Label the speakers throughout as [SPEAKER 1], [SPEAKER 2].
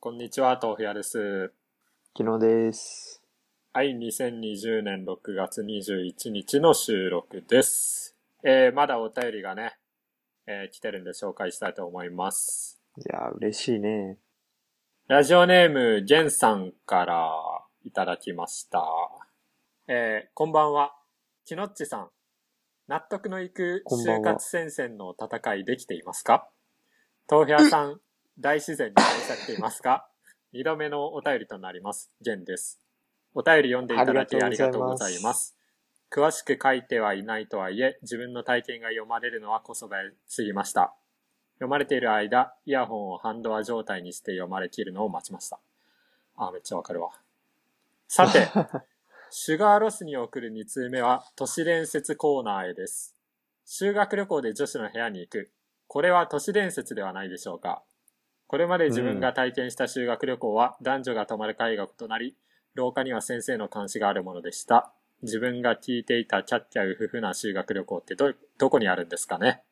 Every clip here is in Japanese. [SPEAKER 1] こんにちは、豆腐屋です。
[SPEAKER 2] 昨日です。
[SPEAKER 1] はい、2020年6月21日の収録です。えー、まだお便りがね、えー来てるんで紹介したいと思います。
[SPEAKER 2] いやー、嬉しいね。
[SPEAKER 1] ラジオネーム、ゲンさんからいただきました。えー、こんばんは。きのっちさん。納得のいく
[SPEAKER 2] こんば
[SPEAKER 1] 就
[SPEAKER 2] んは
[SPEAKER 1] 活戦線の戦いできていますか豆腐屋さん、大自然に愛されていますか二度目のお便りとなります。ゲンです。お便り読んでいただきあ
[SPEAKER 2] あ
[SPEAKER 1] り
[SPEAKER 2] り
[SPEAKER 1] が
[SPEAKER 2] が
[SPEAKER 1] と
[SPEAKER 2] と
[SPEAKER 1] う
[SPEAKER 2] う
[SPEAKER 1] ご
[SPEAKER 2] ご
[SPEAKER 1] ざ
[SPEAKER 2] ざ
[SPEAKER 1] い
[SPEAKER 2] い
[SPEAKER 1] ま。
[SPEAKER 2] ます
[SPEAKER 1] 詳しく書いてはいないとはいえ、自分の体験が読まれるのはこそばすぎました。読まれている間、イヤホンをハンドア状態にして読まれきるのを待ちました。あ、めっちゃわかるわ。さ て、シュガーロスに送る2通目は都市伝説コーナーへです。修学旅行で女子の部屋に行く。これは都市伝説ではないでしょうか。これまで自分が体験した修学旅行は男女が泊まる会が異なり、廊下には先生の監視があるものでした。自分が聞いていたキャッキャウフフな修学旅行ってど、どこにあるんですかね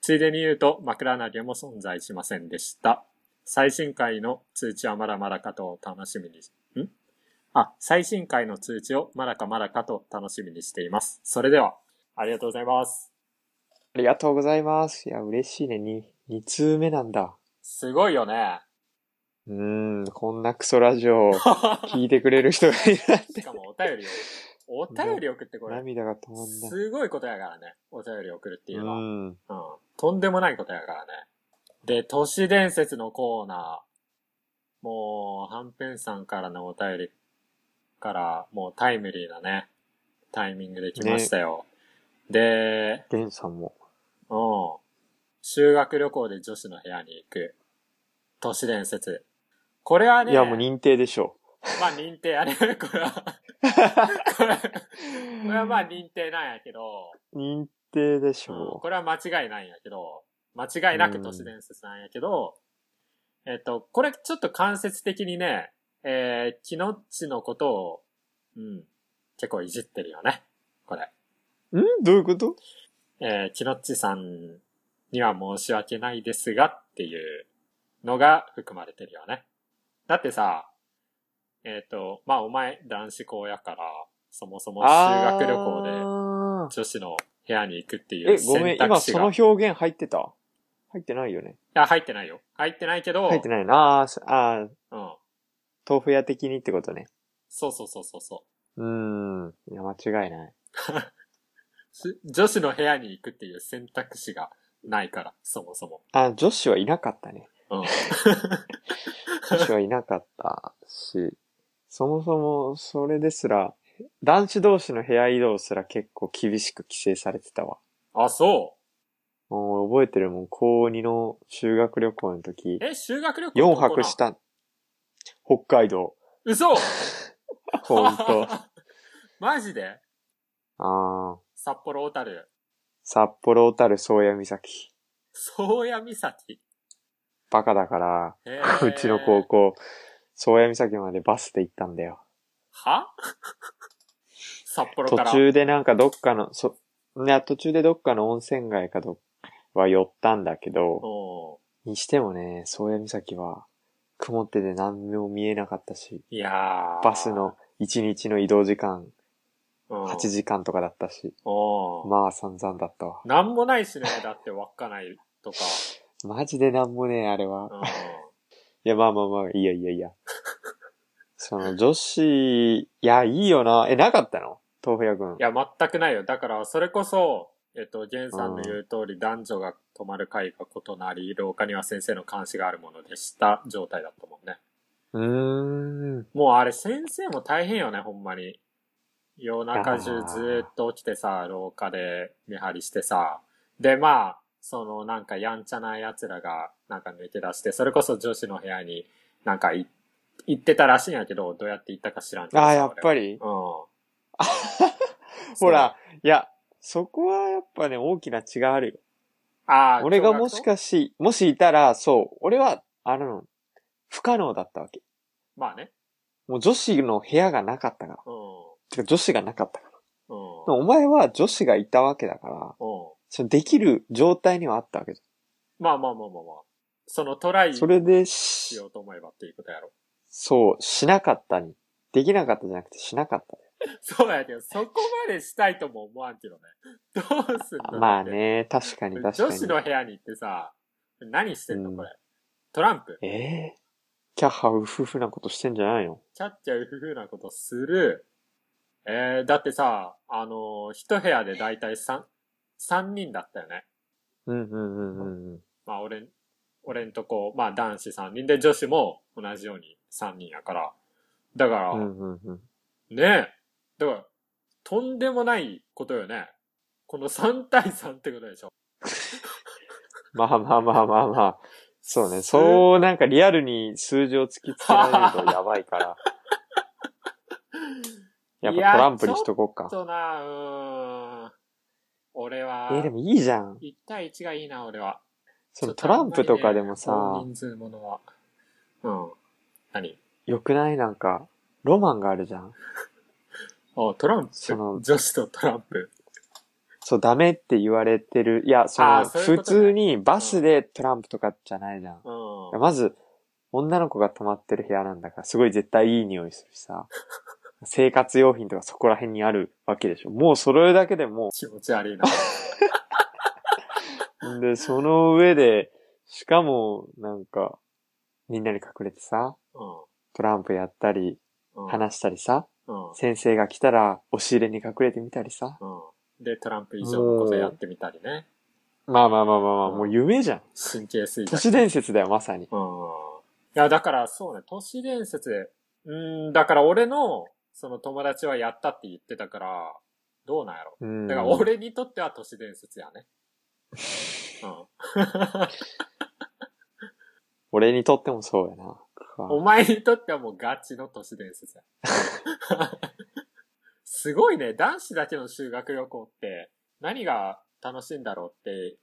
[SPEAKER 1] ついでに言うと枕投げも存在しませんでした。最新回の通知はまだまだかと楽しみに、んあ、最新回の通知をまだかまだかと楽しみにしています。それでは、ありがとうございます。
[SPEAKER 2] ありがとうございます。いや、嬉しいね。に、二通目なんだ。
[SPEAKER 1] すごいよね。
[SPEAKER 2] うーん、こんなクソラ ジオを
[SPEAKER 1] し
[SPEAKER 2] 聞いてくれる人がいるなんて。
[SPEAKER 1] かもお便り を、お便り送ってこれ、
[SPEAKER 2] 涙が止まんない。
[SPEAKER 1] すごいことやからね。お便り送るっていううのは。うん。
[SPEAKER 2] ん。
[SPEAKER 1] とんでもないことやからね。で、都市伝説のコーナー。もう、はんぺんさんからのお便りから、もうタイムリーなね、タイミングで来ましたよ。で、
[SPEAKER 2] レンさんも。
[SPEAKER 1] うん。修学旅行で女子の部屋に行く。都市伝説。これはね、
[SPEAKER 2] いや、もう認定でしょ
[SPEAKER 1] まあ認定やね。これ は。これこれはまあ認定なんやけど、
[SPEAKER 2] う。認定でし
[SPEAKER 1] うん
[SPEAKER 2] ょ
[SPEAKER 1] これは間違いないんやけど、間違いなく都市伝説なんやけど、えっと、これちょっと間接的にね、えー、キノッチのことを、うん、結構いじってるよね。これ。
[SPEAKER 2] う。んどういうこと
[SPEAKER 1] えー、キノッチさんには申し訳ないですがっていうのが含まれてるよね。だってさ、えっ、と、まあ、お前男子校やから、そもそも修学旅行で
[SPEAKER 2] 行
[SPEAKER 1] 女子の部屋に行くっていう
[SPEAKER 2] え、ごめ
[SPEAKER 1] 選
[SPEAKER 2] ん、今
[SPEAKER 1] 択肢
[SPEAKER 2] そ
[SPEAKER 1] が。
[SPEAKER 2] の
[SPEAKER 1] い
[SPEAKER 2] 表現入ってた入ってないよね。
[SPEAKER 1] や、入ってないよ。入ってないけど、
[SPEAKER 2] 入ってないな。あーあー、
[SPEAKER 1] うん。
[SPEAKER 2] 豆腐屋的にってことね。
[SPEAKER 1] そうそうそうそうそう
[SPEAKER 2] ーん。いや、間違いない。
[SPEAKER 1] うし。女子の部屋に行くっていう選択肢がないから、そもそも。
[SPEAKER 2] あ、女子はいなかったね。
[SPEAKER 1] うん。
[SPEAKER 2] 女子はいなかったし、そもそもそれですら、男子同士の部屋移動すら結構厳しく規制されてたわ。
[SPEAKER 1] あ、そ
[SPEAKER 2] もう覚えてるもん、高2の修学旅行の時
[SPEAKER 1] う。、え、修学旅行
[SPEAKER 2] 4
[SPEAKER 1] どこなん
[SPEAKER 2] 泊し。た、北海道。
[SPEAKER 1] 嘘
[SPEAKER 2] ほんと。あ。
[SPEAKER 1] マジで
[SPEAKER 2] あー、
[SPEAKER 1] 札幌小樽。
[SPEAKER 2] 札幌小樽宗谷岬。
[SPEAKER 1] 宗谷岬。
[SPEAKER 2] バカだから、
[SPEAKER 1] え
[SPEAKER 2] うちの高。校、宗谷岬までバスで行ったんだよ。
[SPEAKER 1] は 札幌から。
[SPEAKER 2] 途中でなんかどっかの、そ、いや、途中でどっかの温泉街かどっは寄ったんだけど、
[SPEAKER 1] おー
[SPEAKER 2] にしてもね、宗谷岬は曇ってて何も見えなかったし、
[SPEAKER 1] いやー
[SPEAKER 2] バスの1日の移動時間8
[SPEAKER 1] 8。
[SPEAKER 2] 時間とかだったし、
[SPEAKER 1] おー
[SPEAKER 2] まあ散々だったわ。
[SPEAKER 1] なんもないしね、だって稚内とか。
[SPEAKER 2] マジでなんもねえ、あれは。
[SPEAKER 1] うん
[SPEAKER 2] いや、まあまあまあ、いいやいやいや。 その女子、いや、いいよな。え、なかったの豆腐屋くん
[SPEAKER 1] い。や、全くないよ。だから、それこそ、えっと、ジェンさんの言う通り、男女が泊まる会が異なり、廊下には先生の監視があるものでした状態だったもんね。
[SPEAKER 2] うーん。
[SPEAKER 1] もうあれ、先生も大変よね、ほんまに。夜中中ずーっと起きてさ、廊下で見張りしてさ。で、まあ、そのなんかやんちゃな奴らがなんか抜け出して、それこそ女子の部屋になんかい行ってたらしいんやけど、どうやって行ったか知らんけど
[SPEAKER 2] あ
[SPEAKER 1] さ
[SPEAKER 2] あ、やっぱ
[SPEAKER 1] り。
[SPEAKER 2] り
[SPEAKER 1] 俺。はうん。
[SPEAKER 2] ほら、いや、そこはやっぱね、大きな違いあるよ。
[SPEAKER 1] そう、あー
[SPEAKER 2] 俺がもし、
[SPEAKER 1] 驚愕と
[SPEAKER 2] かし、もしいたら、そう、俺は、あの、不可能だったわけ。
[SPEAKER 1] まあね。
[SPEAKER 2] もう女子の部屋がなかったから。
[SPEAKER 1] うん。
[SPEAKER 2] てか女子がなかったから。
[SPEAKER 1] うん。
[SPEAKER 2] でもお前は女子がいたわけだから、
[SPEAKER 1] うん
[SPEAKER 2] そのできる状態にはあったわけじ
[SPEAKER 1] まあまあまあまあまあ。そのトライ
[SPEAKER 2] それで
[SPEAKER 1] し
[SPEAKER 2] し
[SPEAKER 1] よ、うと思えばっていうことやろ。
[SPEAKER 2] そう、しなかったに。できなかったじゃなくてしなかったね。
[SPEAKER 1] そうやけど、そこまでしたいとも思わんけどね。どうすんの
[SPEAKER 2] まあ。ね、確かに
[SPEAKER 1] だっ
[SPEAKER 2] 確
[SPEAKER 1] て
[SPEAKER 2] か
[SPEAKER 1] 女
[SPEAKER 2] に
[SPEAKER 1] 子。の部屋に行ってさ、何してんの
[SPEAKER 2] うん
[SPEAKER 1] これ。トランプ。
[SPEAKER 2] ええキャッハウフフなことしてんじゃないの
[SPEAKER 1] キャッキャウフフなことする。えー、だってさ、あのー一部屋でだいたい三、三人だったよね。
[SPEAKER 2] うんうんうんうんうん。
[SPEAKER 1] まあ、俺ん、俺んとこ、まあ、男子3人で、女子も同じように3人やから。だから、
[SPEAKER 2] うんうんうん。
[SPEAKER 1] ねえ。だから、とんでもないことよね。この3対3ってことでしょ。
[SPEAKER 2] まあまあまあまあまあ。そうね。
[SPEAKER 1] す
[SPEAKER 2] そう、なんかリアルに数字を突きつけられるとやば いから。やっぱトランプにしとこう
[SPEAKER 1] ちょっ
[SPEAKER 2] か。
[SPEAKER 1] とな、うーん。俺は
[SPEAKER 2] え、ーでもいいじゃん。
[SPEAKER 1] 1対1がいいな、俺は。
[SPEAKER 2] その
[SPEAKER 1] ちょ
[SPEAKER 2] ト
[SPEAKER 1] っあ
[SPEAKER 2] ラ
[SPEAKER 1] ん
[SPEAKER 2] ン
[SPEAKER 1] ま
[SPEAKER 2] プ
[SPEAKER 1] り
[SPEAKER 2] とか
[SPEAKER 1] ね
[SPEAKER 2] でもさ
[SPEAKER 1] 大、人数ものは。うん。何
[SPEAKER 2] よくないなんか、ロマンがあるじゃん。
[SPEAKER 1] あ、トランプ
[SPEAKER 2] その
[SPEAKER 1] 女子とトランプ。
[SPEAKER 2] そう、ダメって言われてる。いや、そ
[SPEAKER 1] あ
[SPEAKER 2] の、
[SPEAKER 1] ーそういう
[SPEAKER 2] 普
[SPEAKER 1] ことね
[SPEAKER 2] 通にバスでトランプとかじゃないじゃん。
[SPEAKER 1] うん。
[SPEAKER 2] まず、女の子が泊まってる部屋なんだから、すごい絶対いい匂いするしさ。 生活用品とかそこら辺にあるわけでしょ。もう揃えだけでも
[SPEAKER 1] 気持ち悪いな。
[SPEAKER 2] う、で、その上で、しかも、なんか、みんなに隠れてさ、
[SPEAKER 1] う
[SPEAKER 2] トランプやったり、
[SPEAKER 1] ん。うん。
[SPEAKER 2] 話したりさ、
[SPEAKER 1] うん。
[SPEAKER 2] 先生が来たら、押し入れに隠れてみたりさ。
[SPEAKER 1] うん。で、トランプ以上のことやってみたりね。
[SPEAKER 2] まあまあまあまあまあ、
[SPEAKER 1] うん
[SPEAKER 2] もう夢じゃん。
[SPEAKER 1] 神経衰
[SPEAKER 2] 都
[SPEAKER 1] 弱。
[SPEAKER 2] 市伝説だよ、まさに。
[SPEAKER 1] うん。いや、だからそうね、都市伝説。うん、だから俺の、その友達はやったって言ってたから、どうなんやろ。
[SPEAKER 2] うん。
[SPEAKER 1] だから俺にとっては都市伝説 やね。
[SPEAKER 2] 俺にとってもそうやな。
[SPEAKER 1] うん。お前にとってはもうガチの都市伝説や。 すごいね、男子だけの修学旅行って何が楽しいんだろうって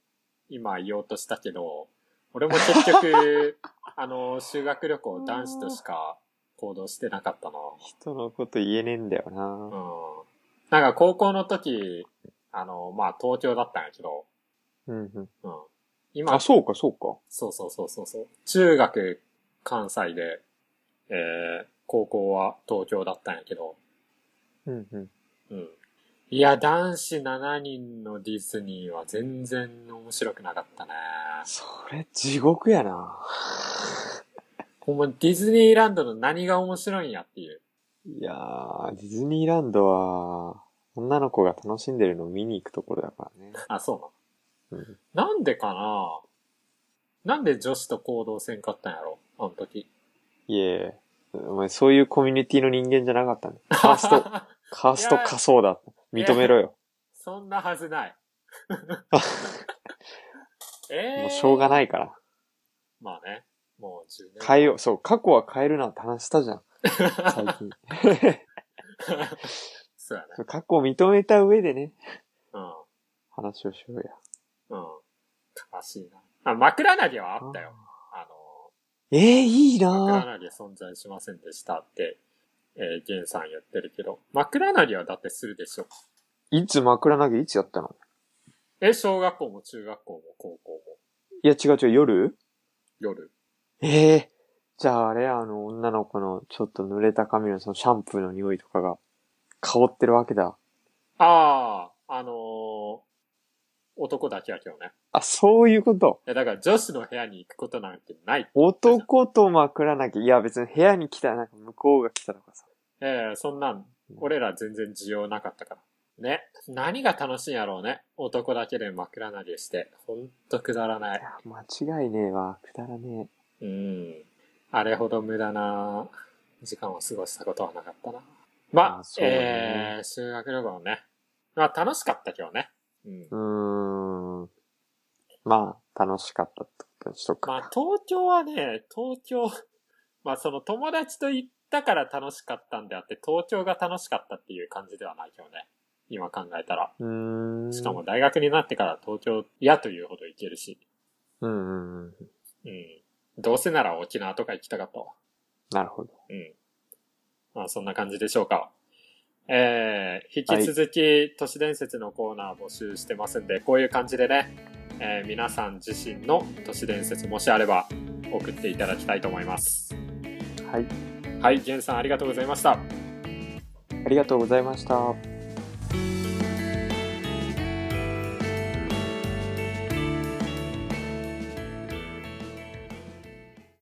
[SPEAKER 1] 今言おうとしたけど、俺も結 局、あの、修学旅行男子としか行動してなかったな。
[SPEAKER 2] 人のこと言えねえんだよな。
[SPEAKER 1] うん。なんか高校の時、あの、まあ東京だったんやけど、
[SPEAKER 2] うんうん。
[SPEAKER 1] うん。今
[SPEAKER 2] あ、、そうか、そうか。
[SPEAKER 1] そうそうそうそうそう。中学関西で、えー、高校は東京だったんやけど、
[SPEAKER 2] うんうん。
[SPEAKER 1] うん。いや、男子7人のディズニーは全然面白くなかったね。
[SPEAKER 2] それ、地獄やな。
[SPEAKER 1] ほんまディズニーランドの何が面白いんやっていう。
[SPEAKER 2] いやー、ディズニーランドは、女の子が楽しんでるのを見に行くところだからね。
[SPEAKER 1] あ、そうなの
[SPEAKER 2] うん。
[SPEAKER 1] なんでかななんで女子と行動せんかったんやろあの時。
[SPEAKER 2] いえ、お前そういうコミュニティの人間じゃなかっ たね。カ ースト、カースト仮想だった。認めろよ。
[SPEAKER 1] そんなはず ない。 えー、
[SPEAKER 2] もうしょうが
[SPEAKER 1] い。
[SPEAKER 2] ないから。
[SPEAKER 1] まあね。もう10年。
[SPEAKER 2] 変えよう。そう、過去は変えるなんて話したじゃん。最近。
[SPEAKER 1] そうやね。
[SPEAKER 2] 過去を認めた上でね、
[SPEAKER 1] うん。
[SPEAKER 2] 話をしようや。
[SPEAKER 1] うん。悲しいな。あ、枕投げはあったよ。あ
[SPEAKER 2] えー、いい
[SPEAKER 1] の、
[SPEAKER 2] な
[SPEAKER 1] 枕投げ存在しませんでしたって、えー、ゲンさん言ってるけど、枕投げはだってするでしょ。
[SPEAKER 2] ぁ。いつ枕投げいつやったの
[SPEAKER 1] え、小学校も中学校も高校も
[SPEAKER 2] いや、違う違う、夜
[SPEAKER 1] 夜。
[SPEAKER 2] ええじゃああれ、あの、女の子のちょっと濡れた髪のそのシャンプーの匂いとかが香ってるわけだ。
[SPEAKER 1] ああ、あのー男だけやけどね。
[SPEAKER 2] あ、そういうこと。
[SPEAKER 1] いや、だから女子の部屋に行くことなんてない。
[SPEAKER 2] 男と枕なきゃ、いや別に部屋に来たらなんか向こうが来たとかさ。
[SPEAKER 1] ええそんなん、俺ら全然需要なかったから。ね。何が楽しいんやろうね。男だけで枕投げして。ほんとくだらない
[SPEAKER 2] い。や、間違いねえわ。くだらね
[SPEAKER 1] うん。あれほど無駄な時間を過ごしたことはなかったな。
[SPEAKER 2] あ
[SPEAKER 1] まあ、
[SPEAKER 2] そうだね
[SPEAKER 1] えー、修学旅行ね。まあ、楽しかったけどね。うん
[SPEAKER 2] え。う。ーん。まあ、楽しかったってことにしとくか。
[SPEAKER 1] まあ、東京はね、東京、 まあ、その友達と行ったから楽しかったんであって、東京が楽しかったっていう感じではないけどね。今考えたら。
[SPEAKER 2] うーん。
[SPEAKER 1] しかも。大学になってから東京嫌というほど行けるし。
[SPEAKER 2] うんうんうん。
[SPEAKER 1] うん。どうせなら沖縄とか行きたかったわ。
[SPEAKER 2] なるほど。
[SPEAKER 1] うん。まあ、そんな感じでしょうか。えー、引き続き、都市伝説のコーナー募集してますんで、こういう感じでね、えー皆さん自身の都市伝説もしあれば送っていただきたいと思います
[SPEAKER 2] はい。
[SPEAKER 1] はいジェンさんありがとうございました
[SPEAKER 2] ありがとうございました。